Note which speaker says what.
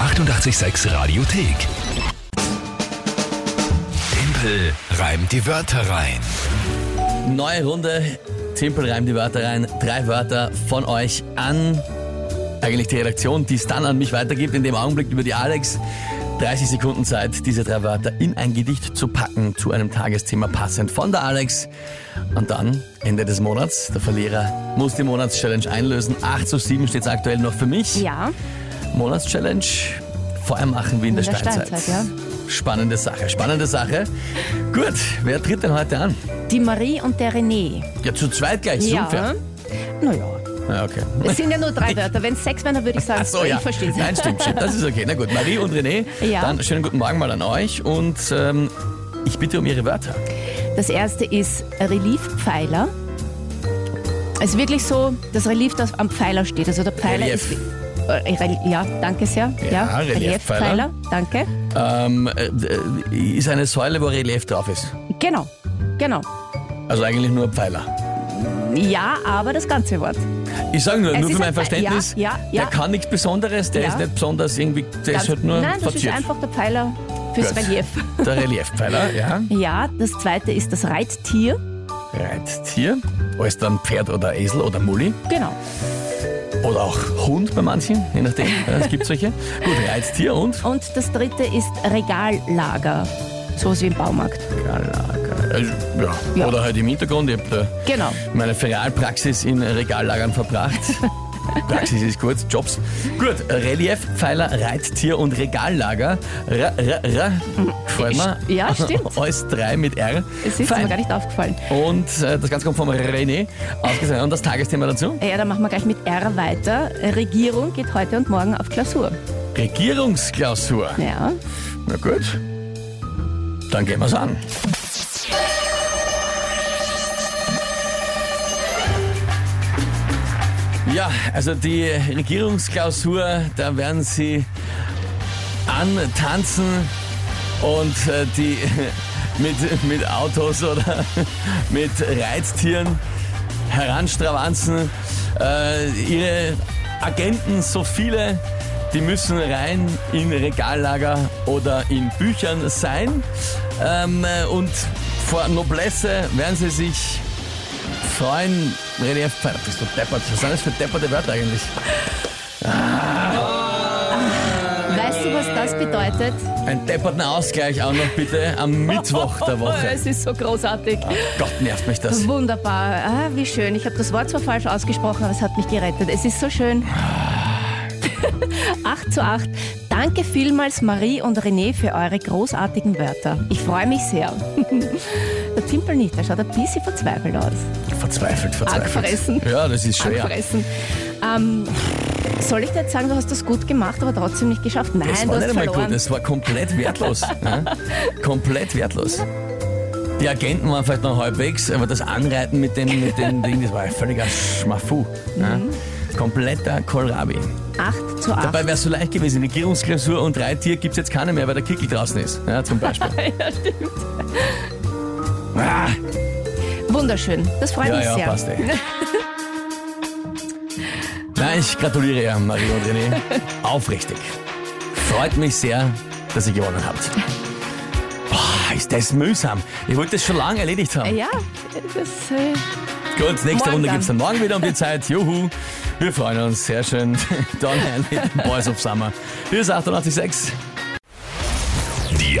Speaker 1: 886 Radiothek. Tempel reimt die Wörter rein.
Speaker 2: Neue Runde. Timpel reimt die Wörter rein. Drei Wörter von euch an eigentlich die Redaktion, die es dann an mich weitergibt. In dem Augenblick über die Alex. 30 Sekunden Zeit, diese drei Wörter in ein Gedicht zu packen, zu einem Tagesthema passend von der Alex. Und dann, Ende des Monats, der Verlierer muss die Monatschallenge einlösen. 8 zu 7 steht es aktuell noch für mich.
Speaker 3: Ja,
Speaker 2: Monatschallenge, Feuer machen wie in,
Speaker 3: In der Steinzeit,
Speaker 2: Spannende Sache, spannende Sache. Gut, wer tritt denn heute an?
Speaker 3: die Marie und der René.
Speaker 2: Ja, zu zweit gleich, so
Speaker 3: Ja.
Speaker 2: unfair.
Speaker 3: Naja.
Speaker 2: Ja, Ah, okay.
Speaker 3: Es sind ja nur drei Wörter. Wenn es sechs wären, dann würde ich sagen,
Speaker 2: Ach so, ja.
Speaker 3: ich verstehe es.
Speaker 2: Nein, stimmt, stimmt. Das ist okay. Na gut, Marie und René,
Speaker 3: Ja.
Speaker 2: dann schönen guten Morgen mal an euch und ähm, ich bitte um Ihre Wörter.
Speaker 3: Das erste ist Reliefpfeiler. Es ist wirklich so, das Relief, das am Pfeiler steht. Also der Pfeiler
Speaker 2: Relief.
Speaker 3: ist. Äh, Rel- Ja, danke sehr.
Speaker 2: Ja, Reliefpfeiler.
Speaker 3: Reliefpfeiler. Danke.
Speaker 2: Ähm, äh, äh, ist eine Säule, wo Relief drauf ist.
Speaker 3: Genau, genau.
Speaker 2: Also eigentlich nur ein Pfeiler.
Speaker 3: Ja, aber das ganze Wort.
Speaker 2: Ich sage nur,
Speaker 3: Es
Speaker 2: nur
Speaker 3: ist
Speaker 2: für mein
Speaker 3: ein Pfeil-
Speaker 2: Verständnis,
Speaker 3: ja, ja, ja.
Speaker 2: der kann nichts Besonderes, der
Speaker 3: Ja.
Speaker 2: ist nicht besonders irgendwie, der
Speaker 3: Ganz-
Speaker 2: ist halt nur
Speaker 3: Nein, das
Speaker 2: verziert.
Speaker 3: ist einfach der Pfeiler fürs
Speaker 2: Gut.
Speaker 3: Relief.
Speaker 2: Der Reliefpfeiler, ja.
Speaker 3: Ja, das zweite ist das Reittier.
Speaker 2: Reittier, alles dann Pferd oder Esel oder Mulli
Speaker 3: Genau.
Speaker 2: oder auch Hund bei manchen, je nachdem, ja, es gibt solche. Gut, Reittier und
Speaker 3: Und das dritte ist Regallager. Sowas wie im Baumarkt.
Speaker 2: Also, ja.
Speaker 3: Ja.
Speaker 2: Oder halt im Hintergrund. Ich habe
Speaker 3: Genau.
Speaker 2: meine Ferialpraxis in Regallagern verbracht. Praxis ist kurz, Jobs. Gut, Relief, Pfeiler, Reittier und Regallager. R, r, r. Gefällt mir.
Speaker 3: Ja, stimmt.
Speaker 2: Alles drei mit R.
Speaker 3: Es ist mir
Speaker 2: Fein.
Speaker 3: gar nicht aufgefallen.
Speaker 2: Und äh, das Ganze kommt vom René. Ausgezeichnet. Und das Tagesthema dazu?
Speaker 3: Ja, dann machen wir gleich mit R weiter. Regierung geht heute und morgen auf Klausur.
Speaker 2: Regierungsklausur.
Speaker 3: Ja.
Speaker 2: Na gut. Dann gehen wir's an. Ja, also die Regierungsklausur, da werden sie antanzen und äh, die mit, mit Autos oder mit Reiztieren heranstravanzen. Äh, ihre Agenten, so viele, die müssen rein in Regallager oder in Büchern sein. Ähm, äh, und vor Noblesse werden sie sich freuen. René Pfeiffer, bist du deppert? Was sind das für depperte Wörter eigentlich?
Speaker 3: Weißt du, was das bedeutet?
Speaker 2: Einen depperten Ausgleich auch noch bitte am Mittwoch der Woche.
Speaker 3: Es ist so großartig.
Speaker 2: Gott, nervt mich das.
Speaker 3: Wunderbar. Ah, wie schön. Ich habe das Wort zwar falsch ausgesprochen, aber es hat mich gerettet. Es ist so schön. 8 zu 8. Danke vielmals, Marie und René, für eure großartigen Wörter. Ich freue mich sehr. Der Timpel nicht, der schaut ein bisschen verzweifelt aus.
Speaker 2: Verzweifelt, verzweifelt.
Speaker 3: Angefressen.
Speaker 2: Ja, das ist schwer.
Speaker 3: Abfressen. Ähm, soll ich dir jetzt sagen, du hast das gut gemacht, aber trotzdem nicht geschafft? Nein,
Speaker 2: Es
Speaker 3: du
Speaker 2: war
Speaker 3: hast
Speaker 2: nicht einmal
Speaker 3: verloren.
Speaker 2: gut, es war komplett wertlos. ne? Komplett wertlos. Die Agenten waren vielleicht noch halbwegs, aber das Anreiten mit dem, mit dem Ding, das war ein völliger Schmafu. Ne?
Speaker 3: Mhm.
Speaker 2: Kompletter Kohlrabi.
Speaker 3: 8 zu 8.
Speaker 2: Dabei wäre es so leicht gewesen. Regierungsklausur und Reittier gibt es jetzt keine mehr, weil der Kickel draußen ist. Ja, zum Beispiel.
Speaker 3: ja, stimmt.
Speaker 2: Ah,
Speaker 3: Wunderschön. Das freut
Speaker 2: ja,
Speaker 3: mich
Speaker 2: ja,
Speaker 3: sehr.
Speaker 2: passt ey. Nein, ich gratuliere ja, Marie und René. Aufrichtig. Freut mich sehr, dass ihr gewonnen habt. Boah, ist das mühsam. Ich wollte das schon lange erledigt haben.
Speaker 3: Ja, das. Äh,
Speaker 2: Gut, nächste
Speaker 3: Morgen
Speaker 2: Runde
Speaker 3: dann.
Speaker 2: gibt's dann morgen wieder um die Zeit. Juhu, wir freuen uns. Sehr schön. Don Henley, Boys of Summer. Hier ist 886.
Speaker 1: Die